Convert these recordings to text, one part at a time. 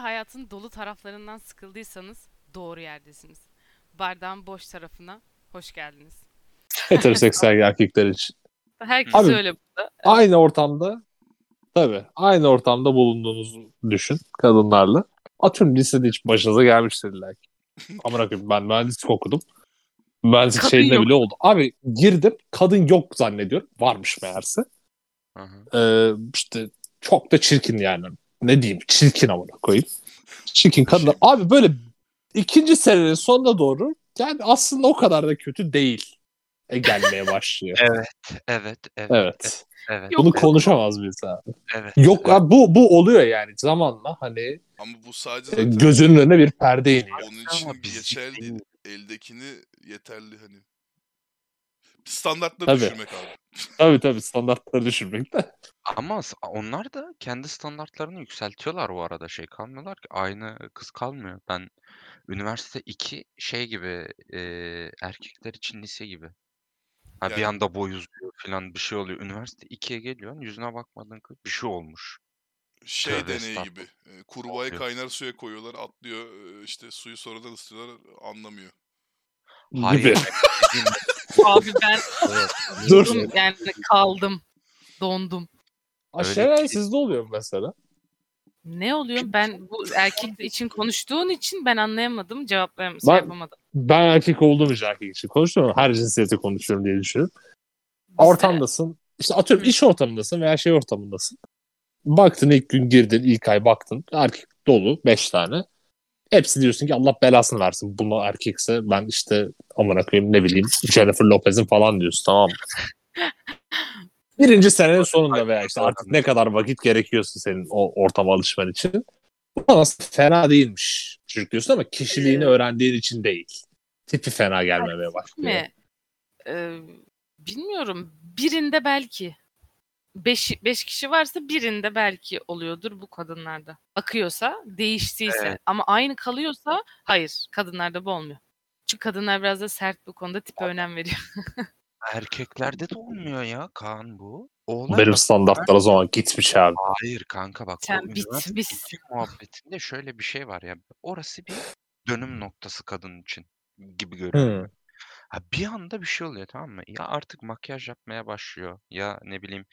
hayatın dolu taraflarından sıkıldıysanız doğru yerdesiniz. Bardağın boş tarafına hoş geldiniz. Heteroseksüel erkekler için. Herkes Abi- öyle. Aynı ortamda tabii aynı ortamda bulunduğunuzu düşün kadınlarla. Atıyorum lisede hiç başınıza gelmiştir illa ki. Amına koyayım ben mühendislik okudum. Mühendislik Kadın şeyinde yok. bile oldu. Abi girdim kadın yok zannediyorum. Varmış meğerse. Aha. Ee, işte çok da çirkin yani. Ne diyeyim çirkin amına koyayım. Çirkin kadınlar. Abi böyle ikinci senenin sonuna doğru yani aslında o kadar da kötü değil. E gelmeye başlıyor. Evet, evet, evet. evet. Yok. Bunu evet, konuşamaz mıyız abi? Evet. Yok evet. abi bu bu oluyor yani zamanla hani Ama bu sadece e, zaten gözünün önüne bir perde iniyor. onun Ama için biz şey geçerli değil. değil. Eldekini yeterli hani. Standartları Tabii. düşürmek abi. Tabii tabii standartları düşürmek de. Ama s- onlar da kendi standartlarını yükseltiyorlar bu arada. Şey kalmıyorlar ki aynı kız kalmıyor. Ben üniversite 2 şey gibi e, erkekler için lise gibi. Ha, bir Yani- anda boy uzuyor falan bir şey oluyor. Üniversite 2'ye geliyorsun yüzüne bakmadığın kız bir şey olmuş. Şey Tövbe deneyi estağfurullah. gibi. E, Kurbağayı Yok. kaynar suya koyuyorlar, atlıyor. e, işte suyu sonradan ısıtıyorlar, anlamıyor. Hayır. Gibi. dediğim Abi ben Evet. Dur. dondum yani kaldım. Dondum. Aşağıya sizde oluyor mu mesela? Ne oluyor? Ben bu erkek için konuştuğun için ben anlayamadım. Cevaplayamadım. Ben- yapamadım. Ben erkek olduğum için erkek için konuşuyorum. Her cinsiyete konuşuyorum diye düşünüyorum. Ortamdasın. İşte atıyorum iş ortamındasın veya şey ortamındasın. Baktın ilk gün girdin ilk ay baktın. Erkek dolu 5 tane. Hepsi diyorsun ki Allah belasını versin. Buna erkekse ben işte amına koyayım ne bileyim Jennifer Lopez'in falan diyorsun tamam mı? Birinci senenin sonunda veya işte artık ne kadar vakit gerekiyorsa senin o ortama alışman için. Bu aslında fena değilmiş çocuk diyorsun ama kişiliğini öğrendiğin için değil. Tipi fena gelmemeye başlıyor. mi? Ee, bilmiyorum. Birinde belki. Beş, beş kişi varsa birinde belki oluyordur bu kadınlarda. Akıyorsa, değiştiyse Evet. ama aynı kalıyorsa hayır. Kadınlarda bu olmuyor. Çünkü kadınlar biraz da sert bu konuda tipe önem veriyor. Erkeklerde de olmuyor ya Kaan bu. Oğlan Benim standartlar o zaman gitmiş abi. Hayır kanka bak. Sen bu bit, üniversite bit. okey muhabbetinde şöyle bir şey var ya. Orası bir dönüm noktası kadın için gibi görünüyor. Hı. Ha, bir anda bir şey oluyor tamam mı? Ya artık makyaj yapmaya başlıyor. Ya ne bileyim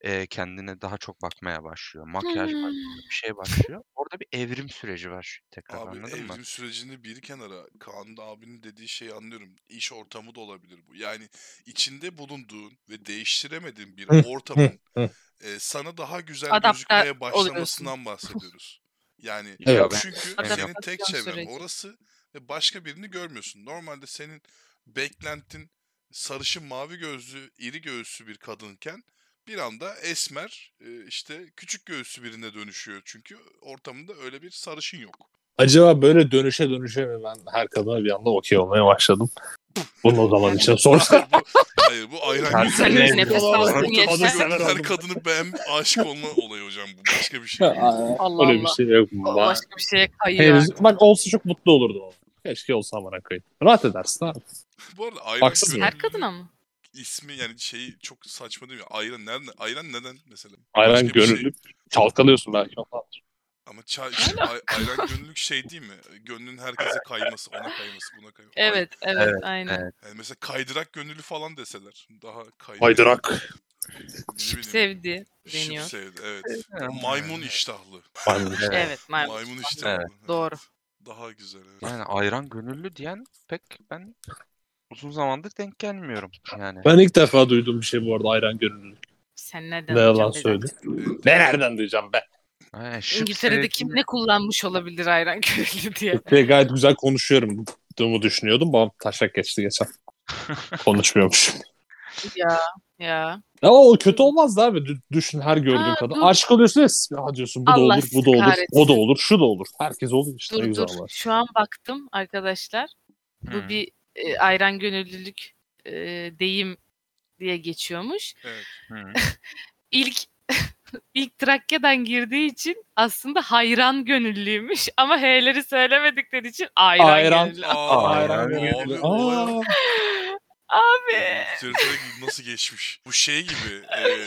e, kendine daha çok bakmaya başlıyor. Makyaj Hmm. başlıyor. Bir şey başlıyor. Orada bir evrim süreci var. Tekrar Abi anladın evrim mı? sürecini bir kenara Kaan abinin dediği şeyi anlıyorum. İş ortamı da olabilir bu. Yani içinde bulunduğun ve değiştiremediğin bir Hı, ortamın hı. e, sana daha güzel Adapte gözükmeye oluyorsun. başlamasından bahsediyoruz. Yani Evet. Ya ben- çünkü Adaptasyon senin tek çevren süreci. orası ve başka birini görmüyorsun. Normalde senin beklentin sarışın mavi gözlü, iri göğüslü bir kadınken bir anda esmer e, işte küçük göğüslü birine dönüşüyor. Çünkü ortamında öyle bir sarışın yok. Acaba böyle dönüşe dönüşe mi ben her kadına bir anda okey olmaya başladım? Bunu o zaman için sor. Hayır bu, hayır, bu ayran şey- Sen gibi. nefes aldın, yeter. Her kadını beğen aşık olma olayı hocam bu başka bir şey. değil. Allah Allah Öyle bir Allah. şey yok. O Bak, Başka bir şeye kayıyor. henüz, bak olsa çok mutlu olurdum. ama. Keşke olsa amına koyayım. Rahat edersin abi. Bu arada ayran Haksız gönüllü mıyım? Her kadına mı? ismi yani şeyi çok saçma değil mi? Ayran nereden? Ayran neden mesela? Aynen Başka bir şey. gönüllü çalkalıyorsun belki. Ama çay, işte ay- ayran gönüllülük şey değil mi? Gönlün herkese kayması, ona kayması, buna kayması. Ay- Evet, evet, Evet, aynen. yani mesela kaydırak gönüllü falan deseler daha kaydı. Aydırak. Şıp sevdi Şıp deniyor. sevdi evet. Maymun iştahlı. Hani Evet, maymun. Maymun iştahlı. evet. Doğru. Daha güzel evet. Yani ayran gönüllü diyen pek ben uzun zamandır denk gelmiyorum. Yani Ben ilk defa duyduğum bir şey bu arada ayran gönüllü. Sen nereden Ne yalan anlayacaksın söyle. dedin. Ne nereden duyacağım be? Ha, şıp İngiltere'de sevdiğini- kim ne kullanmış olabilir ayran köylü diye. Şey, gayet güzel konuşuyorum. Dumu düşünüyordum. Babam taşak geçti geçen. Konuşmuyormuş. ya ya. Ama o kötü olmaz da abi. Dü- Düşün her gördüğün Aa, kadın. dur. Aşık oluyorsun ya. s- Ya diyorsun bu da Allah olur, bu da sizi olur, o da kahretsin. olur, şu da olur. Herkes oluyor işte. ne Dur güzel dur. var. Şu an baktım arkadaşlar. Bu Hmm. Hı. bir e, ayran gönüllülük e, deyim diye geçiyormuş. Evet. Hmm. Hı. İlk ilk Trakya'dan girdiği için aslında hayran gönüllüymüş ama H'leri söylemedikleri için ayran, Ayran. gönüllü. Aa, ayran abi, gönüllü. olaya bak. Aa. Abi. Sırtına gibi nasıl geçmiş? Bu şey gibi. eee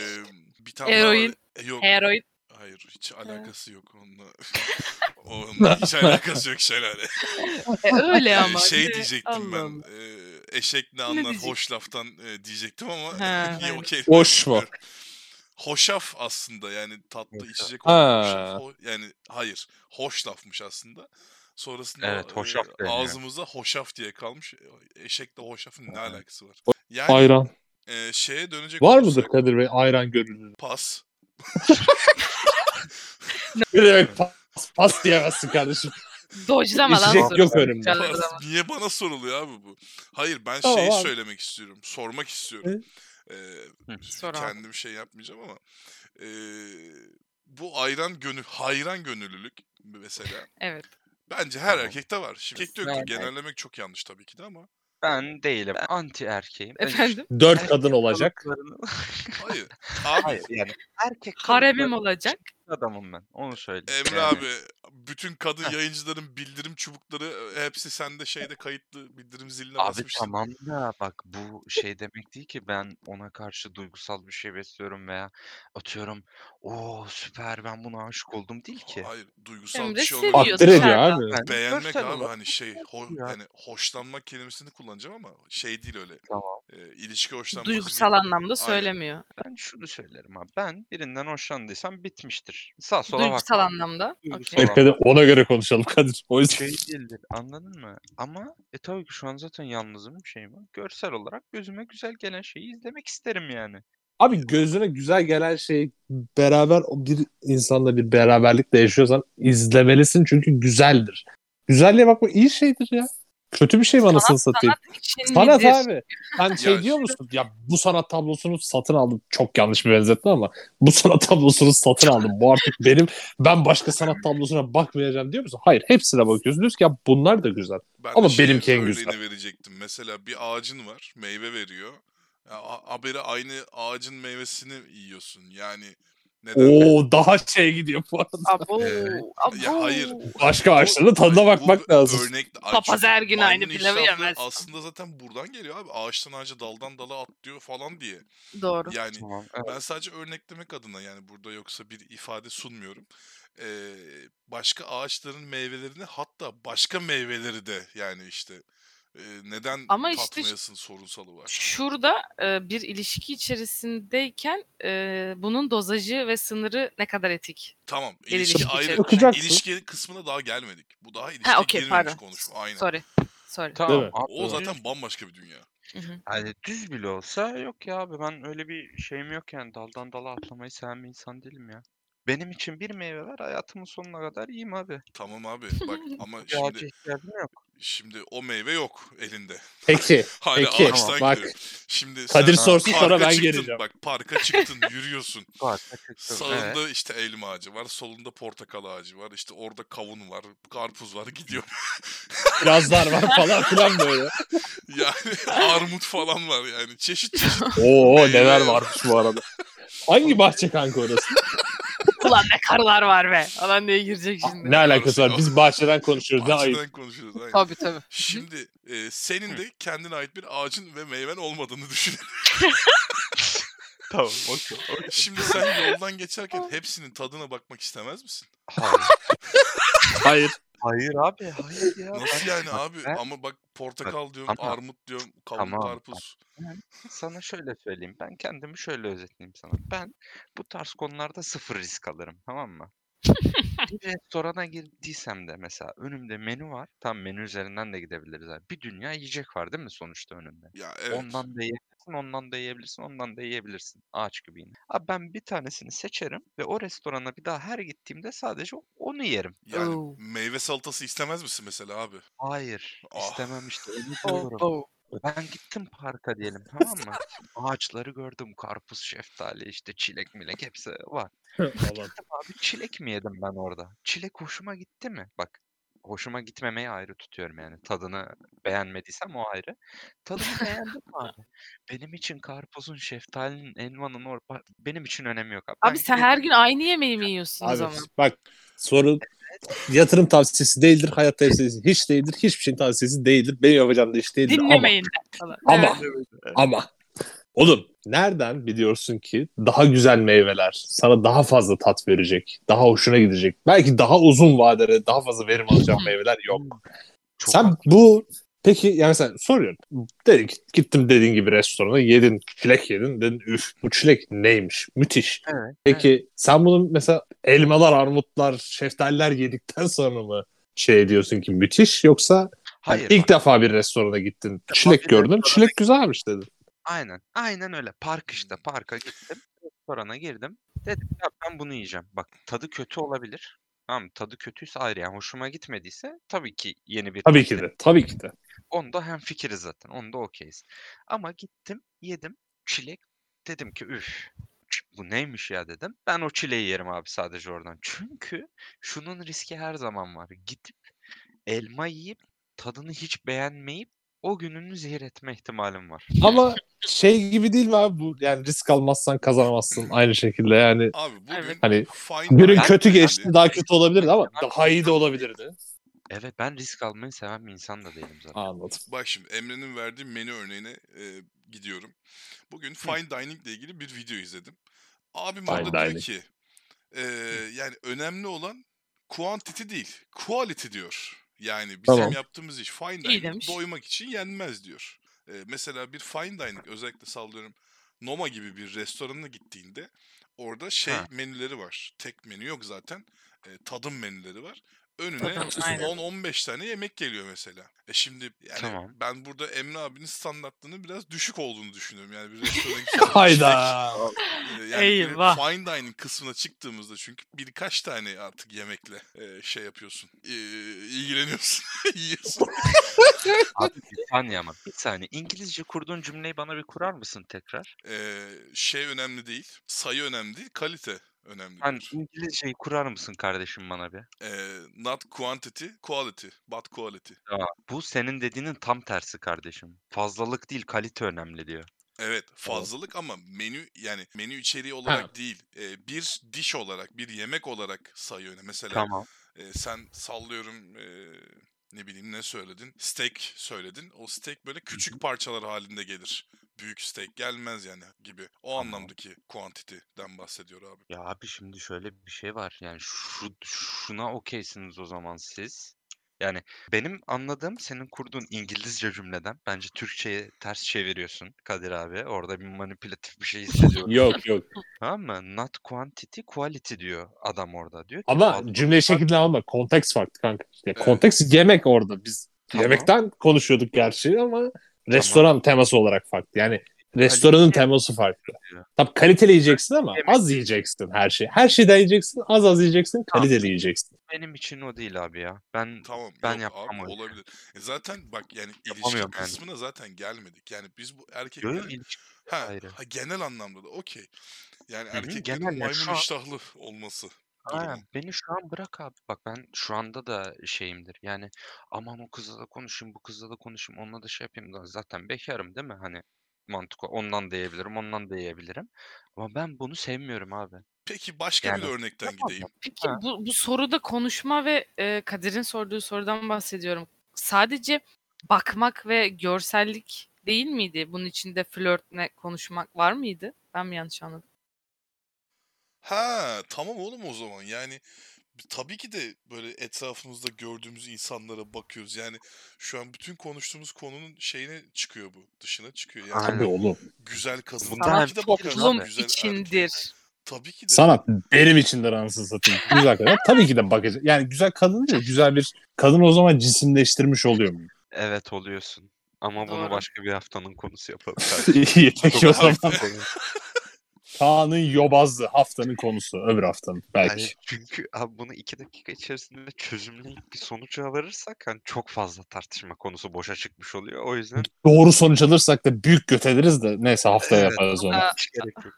bir tane Eroin. daha- E, Yok. Heroin. Hayır hiç alakası yok onunla. o Hiç alakası yok şelale. E, öyle ama. şey de- diyecektim Allah Allah. ben. e, eşek ne anlar diyecektin? hoş laftan e, diyecektim ama Ha, iyi evet. okey. Hoş mu? Hoşaf aslında yani tatlı içecek Ha. olan hoşaf. O- Yani hayır. Hoş lafmış aslında. Sonrasında Evet, e, hoşaf deniyor. ağzımıza hoşaf diye kalmış. Eşekle hoşafın ne alakası var? Yani Ayran. e, şeye dönecek Var olursak, mıdır Kadir Bey ayran görünür? Pas. Ne demek pas, pas diyemezsin kardeşim. Dojlama lan. İçecek sonra. şey yok önümde. Canları Pas. zaman. Niye bana soruluyor abi bu? Hayır ben Tamam şeyi abi. söylemek istiyorum. Sormak istiyorum. E, Sor abi. kendim şey yapmayacağım ama e, bu ayran gönül hayran gönüllülük mesela Evet. bence her Tamam. erkekte var. Şimdi erkekte Evet. yoktur. Genellemek çok yanlış tabii ki de ama Ben değilim. Ben anti erkeğim. Ben işte Efendim? Dört kadın olacak. kalıplarını- hayır. Abi Hayır yani erkek Haremim kalıpları olacak. adamım ben. Onu söyleyeyim. Emre Yani abi bütün kadın yayıncıların bildirim çubukları e, hepsi sende şeyde kayıtlı bildirim ziline Abi basmışsın. tamam da bak bu şey demek değil ki ben ona karşı duygusal bir şey besliyorum veya atıyorum o süper ben buna aşık oldum değil ki. Hayır duygusal Hem bir de şey olmaz. seviyor. Aktir ediyor dışarıdan. abi. Ben Beğenmek görsel abi olarak hani şey ho- ya. hani hoşlanmak kelimesini kullanacağım ama şey değil öyle. Tamam. E, ilişki hoşlanması. Duygusal değil. anlamda söylemiyor. ben şunu söylerim abi. Ben birinden hoşlandıysam bitmiştir. Sağ sola Duygusal bakmam. anlamda. Duygusal Okey. anlamda. Arkada ona göre konuşalım Kadir. O yüzden. Şey değildir anladın mı? Ama e tabii ki şu an zaten yalnızım bir şey var. Görsel olarak gözüme güzel gelen şeyi izlemek isterim yani. Abi gözüne güzel gelen şey beraber o bir insanla bir beraberlikle yaşıyorsan izlemelisin çünkü güzeldir. Güzelliğe bakma iyi şeydir ya. Kötü bir şey mi anasını satayım? Şimdi Sanat bir- abi. Sen şey Ya diyor musun? Ya bu sanat tablosunu satın aldım. Çok yanlış bir benzetme ama bu sanat tablosunu satın aldım. Bu artık benim. Ben başka sanat tablosuna bakmayacağım diyor musun? Hayır. Hepsine bakıyorsun. Diyorsun ki ya bunlar da güzel. Ben Ama de şey benimki en örneğini güzel. verecektim. Mesela bir ağacın var, meyve veriyor. Ya, a- haberi aynı ağacın meyvesini yiyorsun. Yani neden? Oo daha şey gidiyor bu arada. Abo. Ee, Ya Abo. hayır. Başka ağaçların tadına bakmak lazım. Örnek, Papaz her gün aynı maymun pilavı iştahlı yemez. Aslında zaten buradan geliyor abi. Ağaçtan ağaca daldan dala atlıyor falan diye. Doğru. Yani Tamam. evet. ben sadece örneklemek adına yani burada yoksa bir ifade sunmuyorum. Ee, başka ağaçların meyvelerini hatta başka meyveleri de yani işte e, neden Ama işte- tatmayasın sorunsalı var. Şurada e, bir ilişki içerisindeyken e, bunun dozajı ve sınırı ne kadar etik? Tamam. Gelelim ilişki ilişki ayrı. içerisinde. Okuyacaksın. İlişki kısmına daha gelmedik. Bu daha ilişkiye Ha okey girilmemiş pardon. konuşma. Aynen. Sorry. Sorry. Tamam. mi? abi, O düz- zaten bambaşka bir dünya. Yani Hani, düz bile olsa yok ya abi ben öyle bir şeyim yok yani daldan dala atlamayı seven bir insan değilim ya. Benim için bir meyve ver hayatımın sonuna kadar yiyeyim abi. Tamam abi bak ama Bir ağaca şimdi ihtiyacım yok. şimdi o meyve yok elinde. Peki. Hala Peki, ağaçtan bak. gidiyor. Şimdi Kadir sen sorsun sonra parka ben çıktın, geleceğim. Bak parka çıktın yürüyorsun. Var, kaçırttım, evet. Sağında işte elma ağacı var. Solunda portakal ağacı var. işte orada kavun var. Karpuz var gidiyor. Kirazlar var falan filan böyle. Yani armut falan var yani. Çeşit çeşit. Oo neler varmış bu arada. Hangi bahçe kanka orası? Ulan ne karılar var be. Alan diye girecek Ah, şimdi. Ne alakası var? Biz bahçeden konuşuyoruz. Ne ayıp. Ağaçtan konuşuyoruz. aynen. Tabii tabii. Şimdi e, senin de kendine ait bir ağacın ve meyven olmadığını düşün. Tamam okey. Şimdi sen yoldan geçerken hepsinin tadına bakmak istemez misin? Hayır. Hayır. Hayır abi hayır ya. Nasıl Ben yani abi? ben- Ama bak portakal diyorum, Ama- armut diyorum, kavun, Tamam. karpuz. Sana şöyle söyleyeyim. Ben kendimi şöyle özetleyeyim sana. Ben bu tarz konularda sıfır risk alırım. Tamam mı? bir restorana girdiysem de mesela önümde menü var. Tam menü üzerinden de gidebiliriz. abi. Bir dünya yiyecek var değil mi sonuçta önünde? Ya evet. Ondan da yiyebilirsin, ondan da yiyebilirsin, ondan da yiyebilirsin. Ağaç gibi yine. Abi ben bir tanesini seçerim ve o restorana bir daha her gittiğimde sadece onu yerim. Yani Oo. meyve salatası istemez misin mesela abi? Hayır, Ah. istemem işte. Onu Oo, diyorum. oo. Ben gittim parka diyelim tamam mı? Ağaçları gördüm. Karpuz, şeftali, işte çilek milek hepsi var. Gittim abi çilek mi yedim ben orada? Çilek hoşuma gitti mi? Bak hoşuma gitmemeyi ayrı tutuyorum yani. Tadını beğenmediysem o ayrı. Tadını beğendim mi abi. Benim için karpuzun, şeftalinin, elmanın or ba- benim için önemi yok abi. Ben Abi sen gidiyorum. her gün aynı yemeği mi yiyorsun o Abi zaman? bak soru yatırım tavsiyesi değildir. Hayat tavsiyesi hiç değildir. Hiçbir şeyin tavsiyesi değildir. Benim yapacağım da hiç değildir. Dinlemeyin. de. Falan. Ama, Evet. ama, ama Oğlum nereden biliyorsun ki daha güzel meyveler sana daha fazla tat verecek, daha hoşuna gidecek. Belki daha uzun vadede daha fazla verim alacağın meyveler yok. Çok Sen bu peki yani sen soruyorum. Dedin ki gittim dediğin gibi restorana yedin çilek yedin dedin üf bu çilek neymiş müthiş. Evet, Peki sen bunu mesela elmalar armutlar şeftaliler yedikten sonra mı şey diyorsun ki müthiş yoksa hani Hayır. ilk bak, defa bir restorana gittin defa çilek bir gördün restorana çilek güzelmiş dedin. Aynen. Aynen öyle. Park işte. Parka gittim. Restorana girdim. Dedim ya ben bunu yiyeceğim. Bak tadı kötü olabilir. Tamam mı? tadı kötüyse ayrı yani hoşuma gitmediyse tabii ki yeni bir Tabii tat ki de tabii ki de. Onda hem fikiriz zaten. Onda okeyiz. Ama gittim, yedim çilek. Dedim ki üf. ç- Bu neymiş ya dedim. Ben o çileği yerim abi sadece oradan. Çünkü şunun riski her zaman var. Gidip elma yiyip tadını hiç beğenmeyip o gününü zehir etme ihtimalim var. Ama şey gibi değil mi abi bu yani risk almazsan kazanamazsın aynı şekilde yani Abi bugün Evet. Hani Fine Günün Dining kötü dedi. geçti daha kötü olabilirdi ama daha iyi de olabilirdi. Evet ben risk almayı seven bir insan da değilim zaten. Anladım. Bak şimdi Emre'nin verdiği menü örneğine e, gidiyorum. Bugün fine dining ile ilgili bir video izledim. Abim Fine orada diyor dining. ki e, yani önemli olan quantity değil, quality diyor. Yani bizim Tamam. yaptığımız iş fine İyi dining demiş. doymak için yenmez diyor. E, mesela bir fine dining özellikle sallıyorum Noma gibi bir restorana gittiğinde orada şey Ha. menüleri var. Tek menü yok zaten. E, tadım menüleri var. Önüne Tadım, aynen. 10-15 tane yemek geliyor mesela. E şimdi yani Tamam. ben burada Emre abinin standartlarının biraz düşük olduğunu düşünüyorum. Yani bir restorana gidip Hayda. işte, e, böyle Eyvah. fine dining kısmına çıktığımızda çünkü birkaç tane artık yemekle e, şey yapıyorsun. E, ilgileniyorsun. yiyorsun. Abi bir saniye ama bir saniye. İngilizce kurduğun cümleyi bana bir kurar mısın tekrar? E, şey önemli değil. Sayı önemli değil. Kalite önemli. Sen İngilizceyi kurar mısın kardeşim bana bir? E, not quantity, quality. But quality. Bu senin dediğinin tam tersi kardeşim. Fazlalık değil kalite önemli diyor. Evet fazlalık ama menü yani menü içeriği olarak değil. e, bir diş olarak, bir yemek olarak sayı önemli. Mesela Tamam. E, sen sallıyorum e, ne bileyim ne söyledin? Steak söyledin. O steak böyle küçük parçalar halinde gelir. Büyük steak gelmez yani gibi. O Tamam. anlamdaki quantity'den bahsediyor abi. Ya abi şimdi şöyle bir şey var. Yani şu, şuna okeysiniz o zaman siz. Yani benim anladığım senin kurduğun İngilizce cümleden bence Türkçe'ye ters çeviriyorsun Kadir abi. Orada bir manipülatif bir şey hissediyorum. Yok yok. Tamam mı? Not quantity, quality diyor adam orada. Diyor ki Ama fazlalık cümleyi var. şekilde alma. Konteks farklı kanka. Ya Evet. konteks yemek orada. Biz Tamam. yemekten konuşuyorduk gerçi ama restoran teması olarak farklı. Yani restoranın Kalite- teması farklı. Evet. Tabii kaliteli yiyeceksin ama Yemek. az yiyeceksin her şeyi. Her şeyden yiyeceksin, az az yiyeceksin, kaliteli yiyeceksin. Benim için o değil abi ya. Ben Tamam. Ben yok yapmam abi, öyle. olabilir. E zaten bak yani ilişki Yapamıyorum yani. kısmına zaten gelmedik. Yani biz bu Yo, yo, erkeklerin ilişki- ha, ayrı. ha, genel anlamda da okey. Yani Hı hı, erkeklerin genel ya, şu maymun an- iştahlı olması. Aynen. durumu. Beni şu an bırak abi. Bak ben şu anda da şeyimdir. Yani aman o kızla da konuşayım, bu kızla da konuşayım, onunla da şey yapayım. Lan Zaten bekarım değil mi? Hani mantık o- ondan da yiyebilirim, ondan da yiyebilirim. Ama ben bunu sevmiyorum abi. Peki başka bir Yani- örnekten Yapamam. gideyim. Peki Ha. bu, bu soruda konuşma ve e, Kadir'in sorduğu sorudan bahsediyorum. Sadece bakmak ve görsellik değil miydi? Bunun içinde flörtle konuşmak var mıydı? Ben mi yanlış anladım? Ha tamam oğlum o zaman yani tabii ki de böyle etrafımızda gördüğümüz insanlara bakıyoruz. Yani şu an bütün konuştuğumuz konunun şeyine çıkıyor bu. Dışına çıkıyor. Yani Aynen. Tabii oğlum. güzel kadın Bundan tabii hem ki de bakarız. Toplum Güzel erkeğe. içindir. Tabii ki de. Sanat benim için de anasını satayım. Güzel kadın. Tabii ki de bakacak. Yani güzel kadın değil, güzel bir kadın o zaman cisimleştirmiş oluyor mu? Evet oluyorsun. Ama bunu Doğru. başka bir haftanın konusu yapalım. kardeşim. İyi peki o Çok- zaman. Kaan'ın yobazlığı haftanın konusu. Öbür haftanın belki. Yani Hani, çünkü abi bunu iki dakika içerisinde çözümleyip bir sonuca varırsak hani çok fazla tartışma konusu boşa çıkmış oluyor. O yüzden Doğru sonuç alırsak da büyük göt ederiz de neyse haftaya Evet. yaparız onu. Aa, hiç gerek yok.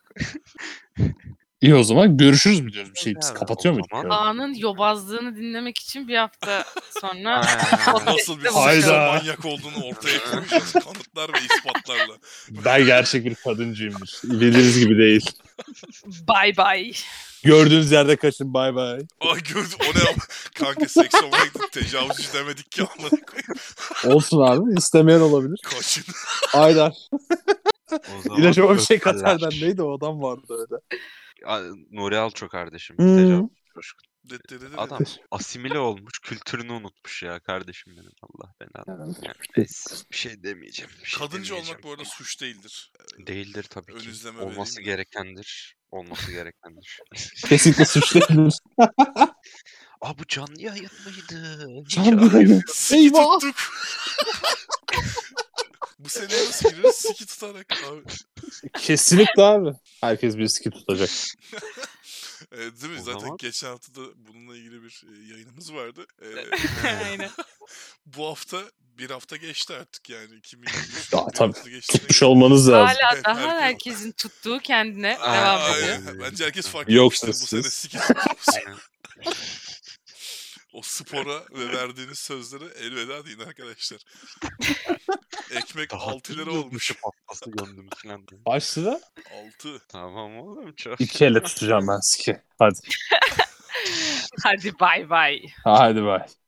İyi o zaman görüşürüz mü diyoruz bir şey. Biz Evet, kapatıyor o muyduk? zaman- ya? Kaan'ın yobazlığını dinlemek için bir hafta sonra Aynen. Nasıl bir Hayda. sosyal manyak olduğunu ortaya koyacağız kanıtlar ve ispatlarla. Ben gerçek bir kadıncıyımdır. Bildiğiniz gibi değil. bay bay. Gördüğünüz yerde kaçın bay bay. Ay gördüm o ne ama. Kanka seksomanik tecavüzcü demedik ki amına koyayım. Olsun abi istemeyen olabilir. Kaçın. Aynen. O zaman İlaç o bir şey gösterler. Katar'dan neydi o adam vardı öyle. A- Nuri Alço kardeşim. Hmm. Tecavüz coşkun. Dedi- dedi- dedi. Adam asimile olmuş, kültürünü unutmuş ya kardeşim benim. Allah belanı. Yani neyse, bir şey demeyeceğim. bir şey Kadınca olmak demeyeceğim. bu arada suç değildir. Ee, Değildir tabii Ön ki. izleme vereyim Olması mi? gerekendir. Olması gerekendir. Kesinlikle suçlayabilir. Aa bu canlı yayın mıydı? Hiç Canlı yayın. Siki Eyvah! tuttuk. bu seneye nasıl gireriz? Siki tutarak abi. Kesinlikle abi. Herkes bir siki tutacak. Ee, değil mi? O Zaten zaman- geçen hafta da bununla ilgili bir e, yayınımız vardı. Ee, Aynen. bu hafta bir hafta geçti artık yani. 2023 Ya bir tabii. hafta geçtiğine Tutmuş olmanız lazım. Hala Evet, daha herkes- herkesin tuttuğu kendine Aa, devam Aa, ediyor. ya, Bence herkes fark Yok etmiştir bu sene sessiz. siki tuttuğumuzu. Aynen. o spora ve verdiğiniz sözlere elveda deyin arkadaşlar. Ekmek Daha 6 lira dün yılbaşı olmuş. Pastası gömdüm falan. diye. Başlığı 6. Tamam oğlum çok. iki elle tutacağım ben siki. Hadi. Hadi bay bay. Hadi bay.